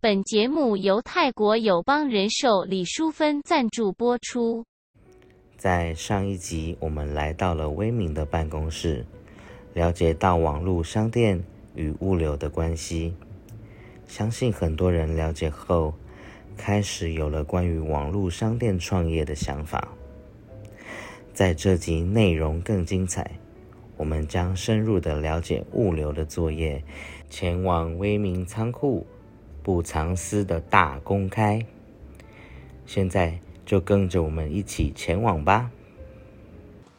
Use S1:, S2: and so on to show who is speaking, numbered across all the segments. S1: 本节目由泰国友邦人寿李淑芬赞助播出。
S2: 在上一集，我们来到了威明的办公室，了解到网络商店与物流的关系。相信很多人了解后，开始有了关于网络商店创业的想法。在这集内容更精彩，我们将深入的了解物流的作业，前往威明仓库布藏斯的大公开。现在就跟着我们一起前往吧。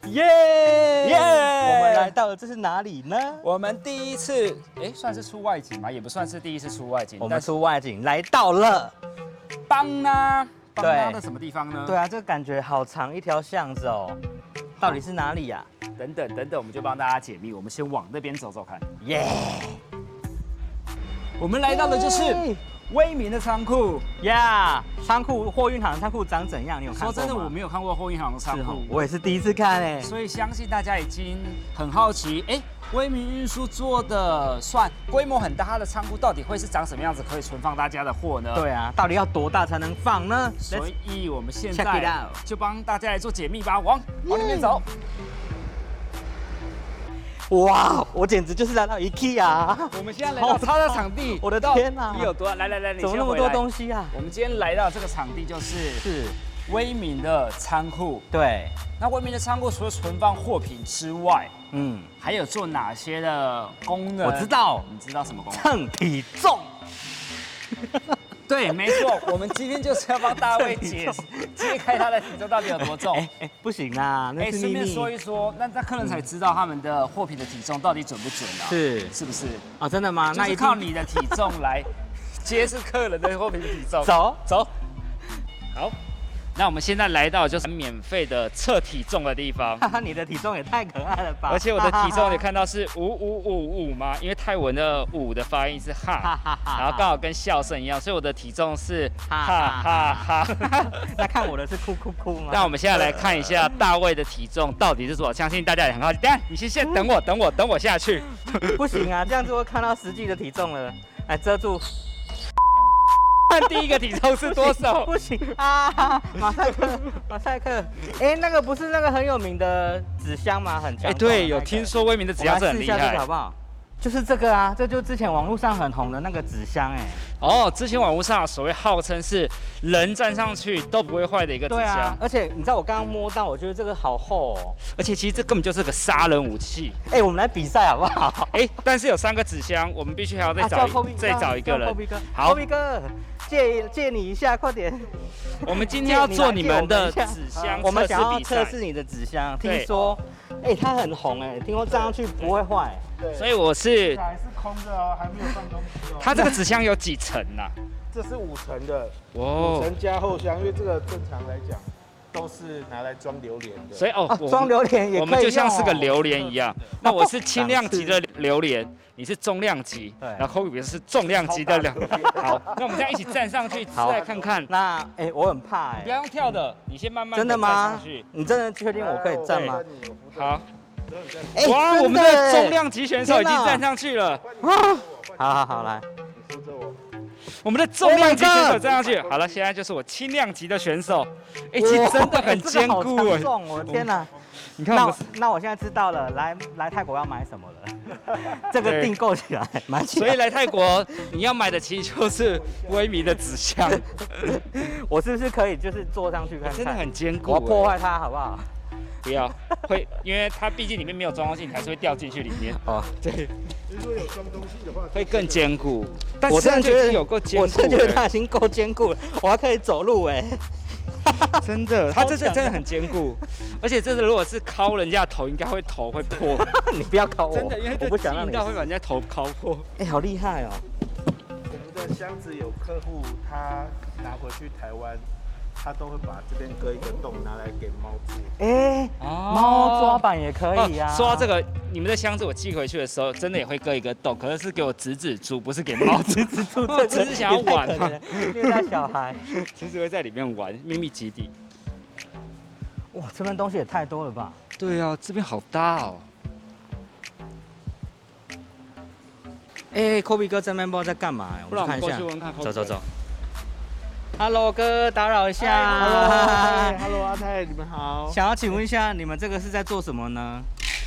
S3: 耶
S4: 耶
S3: 我们来到了，这是哪里呢？
S4: 我们第一次，哎、算是出外景吗？也不算是第一次出外景。
S3: 我们
S4: 但是
S3: 出外景来到了。
S4: 邦呢？邦呢
S3: 对
S4: 啊在什么地方呢？
S3: 对啊，这个感觉好长一条巷子哦，到底是哪里呀、
S4: 等等等等，我们就帮大家解密。我们先往那边走走看。
S3: 耶、
S4: 我们来到的就是威明的仓库。
S3: 呀仓库货运行仓库长怎样？你有看过
S4: 说真
S3: 吗？
S4: 的，我没有看过货运行的仓
S3: 是哦
S4: 库，
S3: 我也是第一次看哎。
S4: 所以相信大家已经很好奇，哎、威明运输做的算规模很大，它的仓库到底会是长什么样子，可以存放大家的货呢？。
S3: 对啊，到底要多大才能放呢？
S4: 所
S3: Let's-
S4: 以我们现
S3: Check it
S4: 在
S3: out
S4: 就帮大家来做解密吧，往往里面走。
S3: 嗯哇，我简直就是来 到 IKEA，啊
S4: 我们现在来到它的场地，
S3: 我的
S4: 到
S3: 天哪
S4: 底有多大来来来，你
S3: 怎么
S4: 先
S3: 那么
S4: 回
S3: 多
S4: 来
S3: 东西啊？
S4: 我们今天来到这个场地就是
S3: 是，
S4: 威敏的仓库。
S3: 对，
S4: 那威敏的仓库除了存放货品之外，
S3: 嗯，
S4: 还有做哪些的功能？
S3: 我知，道，
S4: 你知道什么 功能？
S3: 称体重。
S4: 对，没错，我们今天就是要帮大卫解
S3: 称
S4: 揭开他的体重到底有多重。
S3: 哎哎，不行啦，那
S4: 哎，
S3: 是
S4: 顺
S3: 秘
S4: 便说
S3: 密
S4: 一说，那那客人才知道他们的货品的体重到底准不准啊？
S3: 是
S4: 是不是？
S3: 哦，真的吗？
S4: 那
S3: 那
S4: 是
S3: 一
S4: 靠
S3: 定
S4: 你的体重 来揭示客人的货品的体重。
S3: 走
S4: 走，好。那我们现在来到就是免费的测体重的地 方，
S3: 哈哈，你的体重也太可爱了吧！
S4: 而且我的体重你
S3: 也，
S4: 看到是五五五五吗？因为泰文的“五”的发音是
S3: 哈
S4: 哈，
S3: 哈哈。
S4: 然后刚好跟笑声一样，所以我的体重是
S3: 哈
S4: 哈
S3: 哈
S4: 哈哈。
S3: 那看我的是哭哭哭 吗？
S4: 那我们现在来看一下大卫的体重到底是多少，相信大家也很好奇。等一下，你先先等我，等我，等我下去。
S3: 不行啊，这样子会看到实际的体重了。来遮住
S4: 看第一个体重是多少？
S3: 不行啊！马赛克，马赛克。哎、那个不是那个很有名的纸箱吗？很强。
S4: 哎，对，有听。说威明的
S3: 我
S4: 指
S3: 们
S4: 压
S3: 来
S4: 是很
S3: 试一
S4: 厉
S3: 下这个
S4: 害
S3: 好。不好？就是这个啊，这就之前网络上很红的那个纸箱哎、
S4: 哦，之前网络上所谓号称是人站上去都不会坏的一个纸
S3: 对
S4: 箱，
S3: 啊，而且你知道我刚刚摸到，我觉得这个好厚哦。
S4: 而且其实这根本就是个杀人武器。
S3: 哎、我们来比赛好不好？
S4: 哎、但是有三个纸箱，我们必须还要再找
S3: 啊叫
S4: 一、
S3: Kobe
S4: 再
S3: 叫
S4: 找一个
S3: 叫
S4: 人
S3: Kobe 哥。
S4: 好
S3: ，Kobe 哥，借借你一下，快点。
S4: 我们今天要做你们的
S3: 借
S4: 纸箱
S3: 我们
S4: 测
S3: 想
S4: 试
S3: 要
S4: 比
S3: 测
S4: 赛，
S3: 试你的纸箱，
S4: 对
S3: 听说，哎、它很红哎、听说站上去不会坏、
S4: 所以我是
S5: 还是空着哦，还没有放东西哦。
S4: 它这个纸箱有几层啊呐、
S5: 这是五层的，五
S4: 哦，
S5: 层加后箱，因为这个正常来讲都是拿来装榴莲的。
S4: 所以哦，
S3: 啊，装榴莲也可以、哦
S4: 我们就像是个，榴莲一 样。那我是轻量级的榴莲，你是重量级，
S3: 对
S4: 然后 Kobe 哥是重量级的榴。好，那我们这样一起站上去，
S3: 好
S4: 再看看。
S3: 那哎、我很怕哎、
S4: 不要用跳的，你先慢慢地
S3: 真的
S4: 站
S3: 吗
S4: 上去？
S3: 你真的确定我可以站吗
S5: 哎？？我扶着你
S4: 好，
S3: 哎、
S4: 哇，
S3: 真
S4: 我们
S3: 哎
S4: 的重量级选手已经
S3: 天哪
S4: 站上去了，
S3: 啊，好好好来，
S5: 我扶着我，
S4: 我们的重量级
S3: Oh my
S4: 选
S3: God
S4: 手站上去了。好了，现在就是我轻量级的选手，哎，其实真的很坚固
S3: 哎、这个好
S4: 哎
S3: 沉。重，我的天哪！
S4: 你看
S3: 那
S4: 我
S3: 我
S4: 们，
S3: 那我现在知道了，来来泰国要买什么 了？这个
S4: 对
S3: 订购起来，买起
S4: 所以
S3: 来。
S4: 来泰国你要买的其实就是威米的纸 箱，
S3: 我是不是可以就是坐上去看看？
S4: 真的很坚固
S3: 我要
S4: 哎。
S3: 破坏它好不好？
S4: 不要，会，因为它毕竟里面没有装东西，你还是会掉进去里面，
S3: 哦，
S4: 对，
S5: 如果有装东西的话，
S4: 会更坚固。但
S3: 我
S4: 是
S3: 真的
S4: 它就
S3: 觉
S4: 已
S3: 得
S4: 经有够坚
S3: 我
S4: 固
S3: 真的觉得
S4: 了，
S3: 它已经够坚固了，我还可以走路哎、
S4: 真的，它这
S3: 超
S4: 是
S3: 强的
S4: 真的很坚固， 而且这个如果是敲人家的头，应该会头会破。
S3: 你不要考我，
S4: 真的，因为
S3: 我
S4: 这不
S3: 不想让
S4: 想
S3: 你
S4: 到会把人家头敲破。
S3: 哎、好厉害哦！
S5: 我们的箱子有客户他拿回去台湾，他都会把这边割一个洞拿来给猫住。
S3: 哎、
S4: 哦
S3: 猫抓板也可以啊。
S4: 说到这个，你们的箱子我寄回去的时候，真的也会割一个洞，可是是给我侄子住，不是给 猫哦侄子住
S3: 这个，
S4: 只是想要玩
S3: 也太可
S4: 嘛
S3: 怜，了，虐待小孩。
S4: 侄子会在里面玩，秘密基地。
S3: 哇，这边东西也太多了吧？
S4: 对啊，这边好大哦。哎、
S3: 哎、科比哥这面不知道在干嘛、欸我
S4: 不然
S3: 们
S4: 我
S3: 看
S4: 们
S3: 一
S4: 过
S3: 下
S4: 去。问看 Kobe
S3: 走走
S4: 哥
S3: 走。Hello 哥，打扰一下。
S5: Hello，Hello，阿泰，你们 好。
S3: 想要请问一下，你们这个是在做什么呢？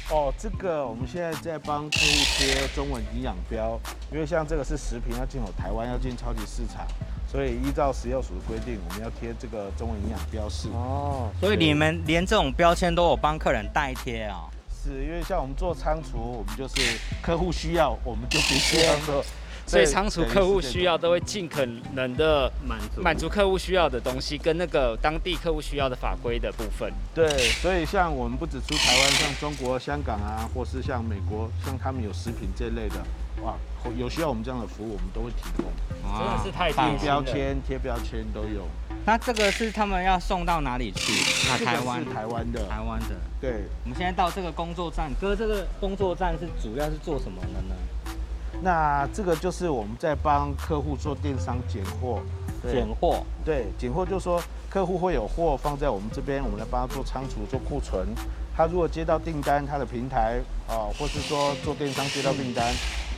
S5: 哦，这个我们现在在帮客户贴中文营养标，因为像这个是食品要啊进口台湾，要进超级市场，所以依照食药署的规定，我们要贴这个中文营养标示。
S4: 哦，
S3: 所以你们连这种标签都有帮客人代贴啊、
S5: 是因为像我们做仓储，我们就是客户需要，我们就必须要做。
S6: 所以
S5: 对
S6: 仓储客户需要都会尽可能的
S3: 满足
S6: 满足客户需要的东西，跟那个当地客户需要的法规的部分。
S5: 对，所以像我们不只出台湾，像中国、香港啊，或是像美国，像他们有食品这类的，哇，有需要我们这样的服务，我们都会提供。
S6: 真的是太
S5: 贴
S6: 贴心
S5: 标
S6: 了。
S5: 签、贴标签都有。
S3: 那这个是他们要送到哪里去？啊，
S5: 这个
S3: 台湾啊
S5: 是，台湾的，
S3: 台湾的。
S5: 对。
S3: 我们现在到这个工作站，哥，这个工作站是主要是做什么的呢？
S5: 那这个就是我们在帮客户做电商拣货，
S3: 拣货。
S5: 对，拣货就是说客户会有货放在我们这边，我们来帮他做仓储、做库存。他如果接到订单，他的平台啊、或是说做电商接到订单，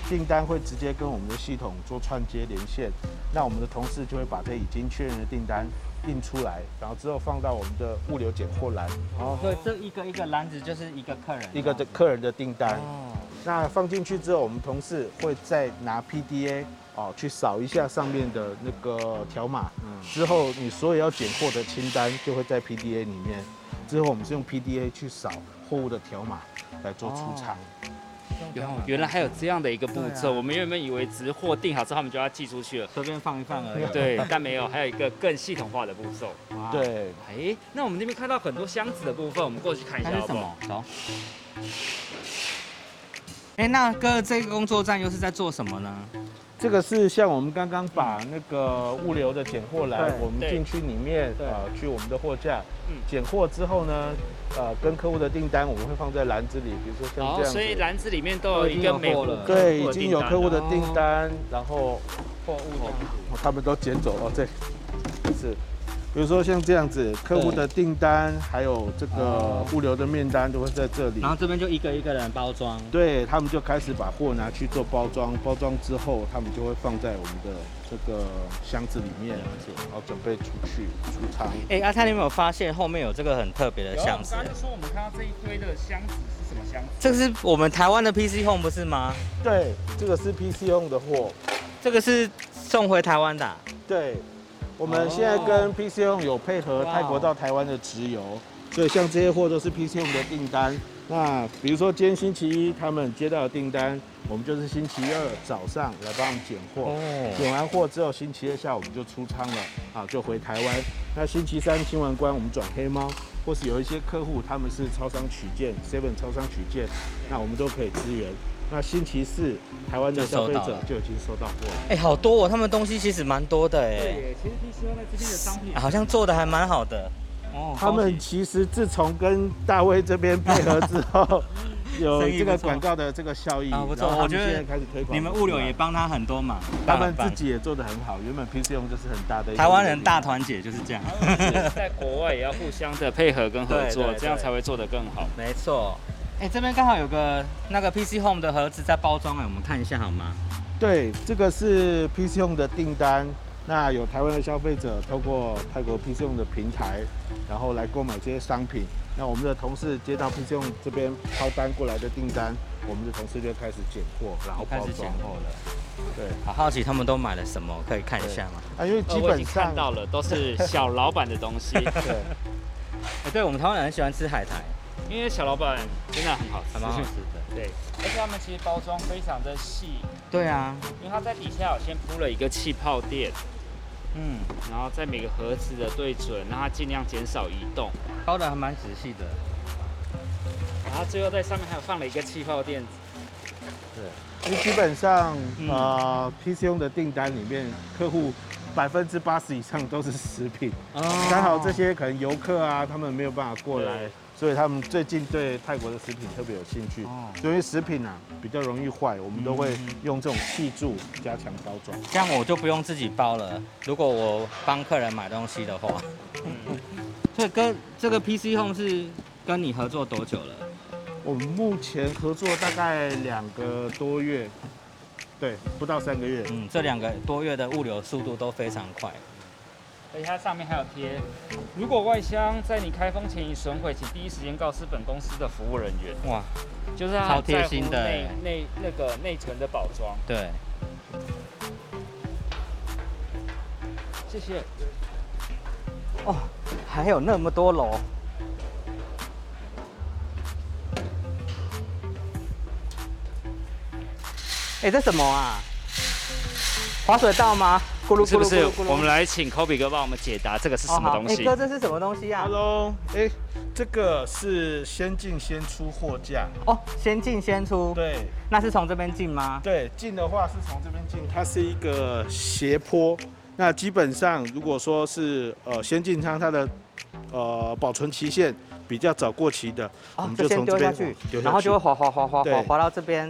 S5: 订单会直接跟我们的系统做串接连线。那我们的同事就会把这已经确认的订单印出来，然后之后放到我们的物流拣货栏，
S3: 哦，所以这一个一个篮子就是一个客人，啊
S5: 一个的客人的订单。
S6: 哦
S5: 那放进去之后，我们同事会再拿 PDA 哦去扫一下上面的那个条码，
S6: 嗯
S5: 之后你所有要拣货的清单就会在 PDA 里面。之后我们是用 PDA 去扫货物的条码来做出厂。
S6: 哦原来啊还有这样的一个步骤，我们原本以为只是货定好之后他们就要寄出去了，
S3: 随便放一放而已。
S6: 对，但没有，还有一个更系统化的步骤。
S3: 哇，
S5: 对，
S6: 哎，那我们那边看到很多箱子的部分，我们过去看一
S3: 它
S6: 下
S3: 是
S6: 好
S3: 什
S6: 不好？
S3: 么？走。哎，那哥，这个工作站又是在做什么呢？
S5: 这个是像我们刚刚把那个物流的拣货栏
S3: 对，
S5: 我们
S6: 嗯对
S5: 进去里面
S3: 对
S5: 啊、呃去我们的货架
S6: 嗯，
S5: 拣货之后呢，呃，跟客户的订单我们会放在篮子里，比如说像这
S6: 哦，
S5: 样子。
S6: 所以篮子里面都有一个美国客户的
S5: 对，已经
S6: 订
S5: 有
S6: 单啊
S5: 客户的
S6: 了
S5: 订单，然后货物这样子他们都捡走了。这是，比如说像这样子，客户的订单还有这个物流的面单都会在这里
S3: 然。后这边就一个一个人包装。
S5: 对他们就开始把货拿去做包装，包装之后他们就会放在我们的这个箱子里面，然后准备出去出仓。
S3: 哎，阿泰，你有没有发现后面有这个很特别的
S6: 有，我
S3: 箱
S6: 们
S3: 子
S6: 刚？刚就说我们看到这一堆的箱子是什么箱子？
S3: 这个是我们台湾的 PC Home 不是吗？
S5: 对，这个是 PC 用的货。
S3: 这个是送回台湾的啊、
S5: 对，我们现在
S3: 哦
S5: 跟 PC Home 有配合
S3: 哇哦
S5: 泰国到台湾的直邮，所以像这些货都是 PC Home 的订单。那比如说今天星期一他们接到的订单，我们就是星期二早上来帮他们拣货，
S3: 哦，
S5: 拣完货之后星期二下午我们就出仓了，啊就回台湾。那星期三清完关我们转黑猫，或是有一些客户他们是超商取件，seven 超商取件，那我们都可以支援。那星期四台湾的
S3: 就收
S5: 消费
S3: 到
S5: 者
S3: 了
S5: 就已经收到货了。
S3: 哎、好多哦，他们东西其实蛮多的哎、
S4: 对，其实 P C O 在这边的商品
S3: 啊好像做的还蛮好的。 哦，
S5: 他们其实自从跟大卫这边配合之 后，有这个广告的这个效益，
S3: 啊不错
S5: 然后
S3: 我觉
S5: 他
S3: 得
S5: 们现在开始推广。
S3: 你们物流也，帮他很多忙，
S5: 他们
S3: 棒
S5: 自己也做得很好。原本 PC 用就是很大的一个
S3: 台湾人大团结就是这样。
S6: 在国外也要互相的配合跟合
S3: 对
S6: 作
S3: 对，对
S6: 这样才会做得更好。
S3: 没错。哎、这边刚好有个那个 PC Home 的盒子在包装哎、我们看一下好吗？
S5: 对，这个是 PC 用的订单。那有台湾的消费者透过泰国 PC 用的平台，然后来购买这些商品。那我们的同事接到 PC 用这边抛单过来的订单，我们的同事就开始拣货，然后
S3: 开
S5: 包
S3: 始
S5: 装
S3: 拣。货了。
S5: 对，
S3: 好好奇他们都买了什么，可以看一下吗？
S5: 啊，因为
S6: 呃
S5: 基
S6: 我已
S5: 本
S6: 经
S5: 上
S6: 看到了，都是小老板的东西，
S5: 对。
S3: 哎、对我们台湾人很喜欢吃海苔，
S6: 因为小老板真的很好
S3: 还蛮好
S6: 吃
S3: 吃。的。
S6: 对，而且他们其实包装非常的细，
S3: 对啊，
S6: 因为它在底下有先铺了一个气泡垫，
S3: 嗯，
S6: 然后在每个盒子的对准，让它尽量减少移动。
S3: 包的还蛮仔细的。
S6: 然后最后在上面还有放了一个气泡垫子。
S5: 因为基本上，
S7: 嗯
S5: 呃，PC 用的订单里面，客户百分之八十以上都是食品，
S3: 哦
S5: 刚好这些可能游客啊，他们没有办法过来
S6: 对，
S5: 所以他们最近对泰国的食品特别有兴趣
S3: 哦。
S5: 所以食品啊比较容易坏，我们都会用这种气柱加强包装。
S3: 这样我就不用自己包了。如果我帮客人买东西的话， 所以跟这个 PC Home 是跟你合作多久了？
S5: 我们目前合作大概两个多月，
S7: 对，不到三个月。
S3: 嗯，这两个多月的物流速度都非常快。
S4: 而且它上面还有贴，如果外箱在你开封前已损毁，请第一时间告知本公司的服务人员。
S3: 哇，
S4: 就是它
S3: 超贴心的
S4: 在乎内内那个内存的保装。
S3: 对，
S4: 谢谢。
S3: 哦，还有那么多楼。哎、这什么啊？滑水道吗？咕噜
S4: 是
S3: 咕
S4: 不
S3: 噜咕
S4: 是
S3: 噜咕噜。
S4: 我们来请 Kobe 哥帮我们解答这个是
S3: 哦
S4: 什么
S3: 好
S4: 东
S3: 哎、
S4: 西？
S3: 哥，这是什么东西啊？
S7: Hello，哎，这个是先进先出货架。
S3: 哦，先进先出。
S7: 对
S3: 那是从这边进吗？
S7: 对，进的话是从这边进，它是一个斜坡。那基本上如果说是呃先进仓，它的呃保存期限比较早过期的，我
S3: 哦
S7: 们，
S3: 就
S7: 就
S3: 先
S7: 从
S3: 丢
S7: 这
S3: 下
S7: 边
S3: 去
S7: 往，丢下
S3: 然后就会
S7: 去
S3: 滑滑滑滑滑
S7: 对
S3: 滑到这边。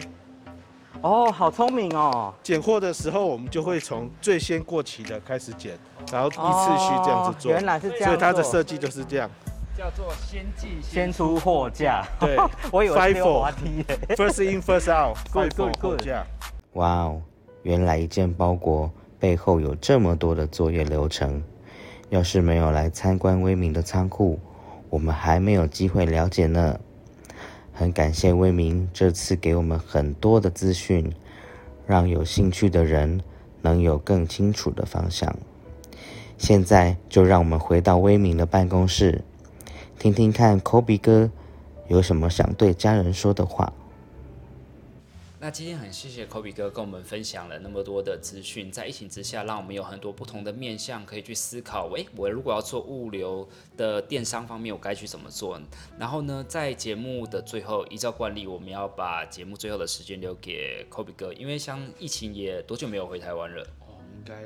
S3: 哦，好聪明哦！
S7: 捡货的时候，我们就会从最先过期的开始捡，然后依次序这样子做。
S3: 哦原来是这样做，
S7: 所以它的设计就是这样。
S4: 叫做先进
S3: 先出货架。
S7: 对
S3: 我以为是
S7: Five
S3: 溜
S7: for
S3: 滑梯耶。
S7: ，first in first out，
S3: Good,
S7: 放
S3: good,
S7: 货
S3: good
S7: 架。
S2: 哇哦，原来一件包裹背后有这么多的作业流程。要是没有来参观威明的仓库，我们还没有机会了解呢。很感谢威明这次给我们很多的资讯，让有兴趣的人能有更清楚的方向。现在就让我们回到威明的办公室，听听看 Kobe 哥有什么想对家人说的话。
S4: 那今天很谢谢 Kobe 哥跟我们分享了那么多的资讯，在疫情之下，让我们有很多不同的面向可以去思考。诶，我如果要做物流的电商方面，我该去怎么做？然后呢，在节目的最后，依照惯例，我们要把节目最后的时间留给 Kobe 哥，因为像疫情也多久没有回台湾了，
S5: 哦，应该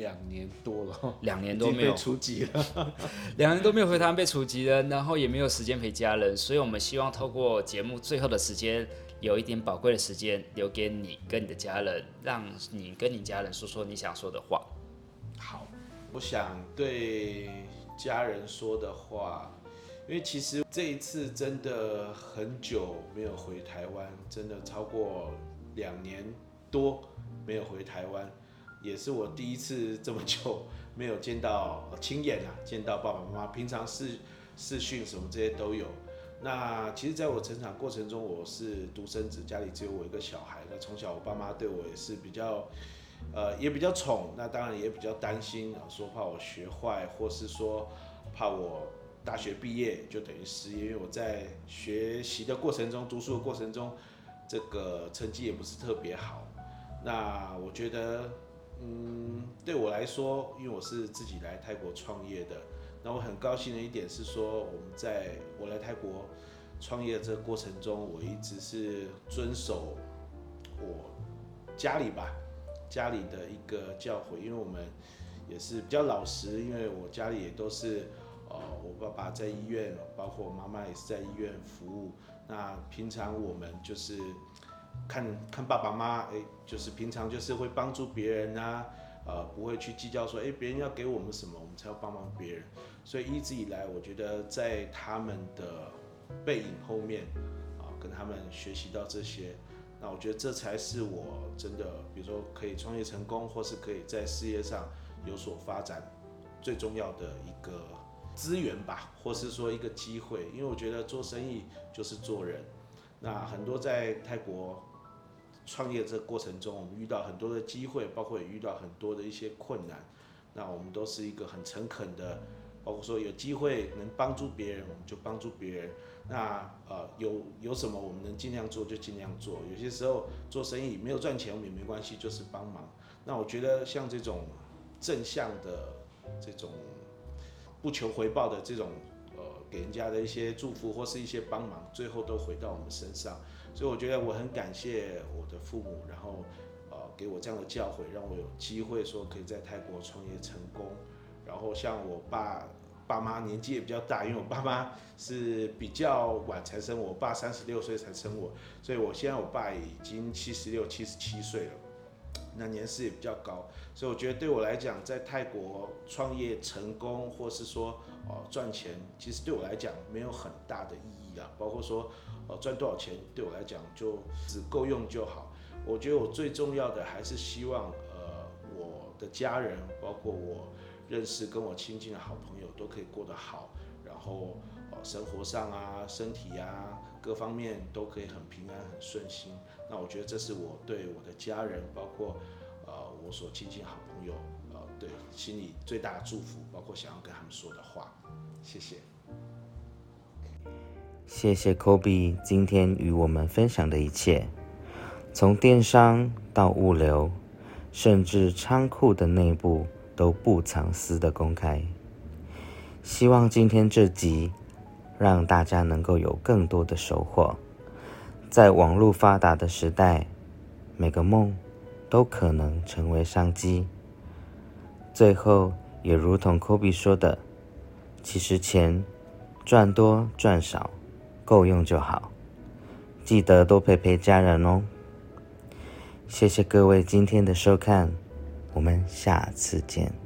S5: 两年多了，
S4: 两年
S5: 已
S4: 都
S5: 经
S4: 没
S5: 被
S4: 有
S5: 除籍了。
S4: 两人都没有回台湾被处级了，然后也没有时间陪家人，所以我们希望透过节目最后的时间，有一点宝贵的时间留给你跟你的家人，让你跟你家人说说你想说的话。
S5: 好，我想对家人说的话，因为其实这一次真的很久没有回台湾，真的超过两年多没有回台湾，也是我第一次这么久没有见到呃亲眼啊，见到爸爸妈妈。平常视视讯什么这些都有。那其实，在我成长过程中，我是独生子，家里只有我一个小孩。那从小，我爸妈对我也是比较呃，也比较宠，那当然也比较担心啊，说怕我学坏，或是说怕我大学毕业就等于失业，因为我在学习的过程中、读书的过程中，这个成绩也不是特别好。那我觉得，嗯，对我来说，因为我是自己来泰国创业的，那我很高兴的一点是说，我们在我来泰国创业的这个过程中，我一直是遵守我家里吧。家里的一个教诲，因为我们也是比较老实，因为我家里也都是，呃，我爸爸在医院，包括我妈妈也是在医院服务。那平常我们就是看看爸爸妈妈，哎，就是平常就是会帮助别人啊，呃，不会去计较说，哎，别人要给我们什么，我们才要帮忙别人。所以一直以来，我觉得在他们的背影后面，啊、跟他们学习到这些。那我觉得这才是我真的，比如说可以创业成功，或是可以在事业上有所发展，最重要的一个资源吧，或是说一个机会。因为我觉得做生意就是做人。那很多在泰国创业这个过程中，我们遇到很多的机会，包括也遇到很多的一些困难。那我们都是一个很诚恳的，包括说有机会能帮助别人，我们就帮助别人。那呃有有什么我们能尽量做就尽量做，有些时候做生意没有赚钱我们也没关系，就是帮忙。那我觉得像这种正向的这种不求回报的这种呃给人家的一些祝福或是一些帮忙，最后都回到我们身上。所以我觉得我很感谢我的父母，然后呃给我这样的教诲，让我有机会说可以在泰国创业成功。然后像我爸爸妈年纪也比较大，因为我爸妈。是比较晚才生我，我爸三十六岁才生我，所以我现在我爸已经七十六、七十七岁了，那年事也比较高，所以我觉得对我来讲，在泰国创业成功，或是说哦赚钱，其实对我来讲没有很大的意义啊，包括说哦赚多少钱，对我来讲就只够用就好。我觉得我最重要的还是希望，呃，我的家人，包括我认识跟我亲近的好朋友，都可以过得好，然后呃，生活上啊、身体啊各方面都可以很平安、很顺心。那我觉得这是我对我的家人，包括呃我所亲近好朋友，呃，对心里最大的祝福，包括想要跟他们说的话。谢谢。
S2: 谢谢 Kobe 今天与我们分享的一切，从电商到物流，甚至仓库的内部都不藏私的公开。希望今天这集让大家能够有更多的收获。在网络发达的时代，每个梦都可能成为商机。最后，也如同 Kobe 说的，其实钱赚多赚少。够用就好，记得多陪陪家人哦。谢谢各位今天的收看，我们下次见。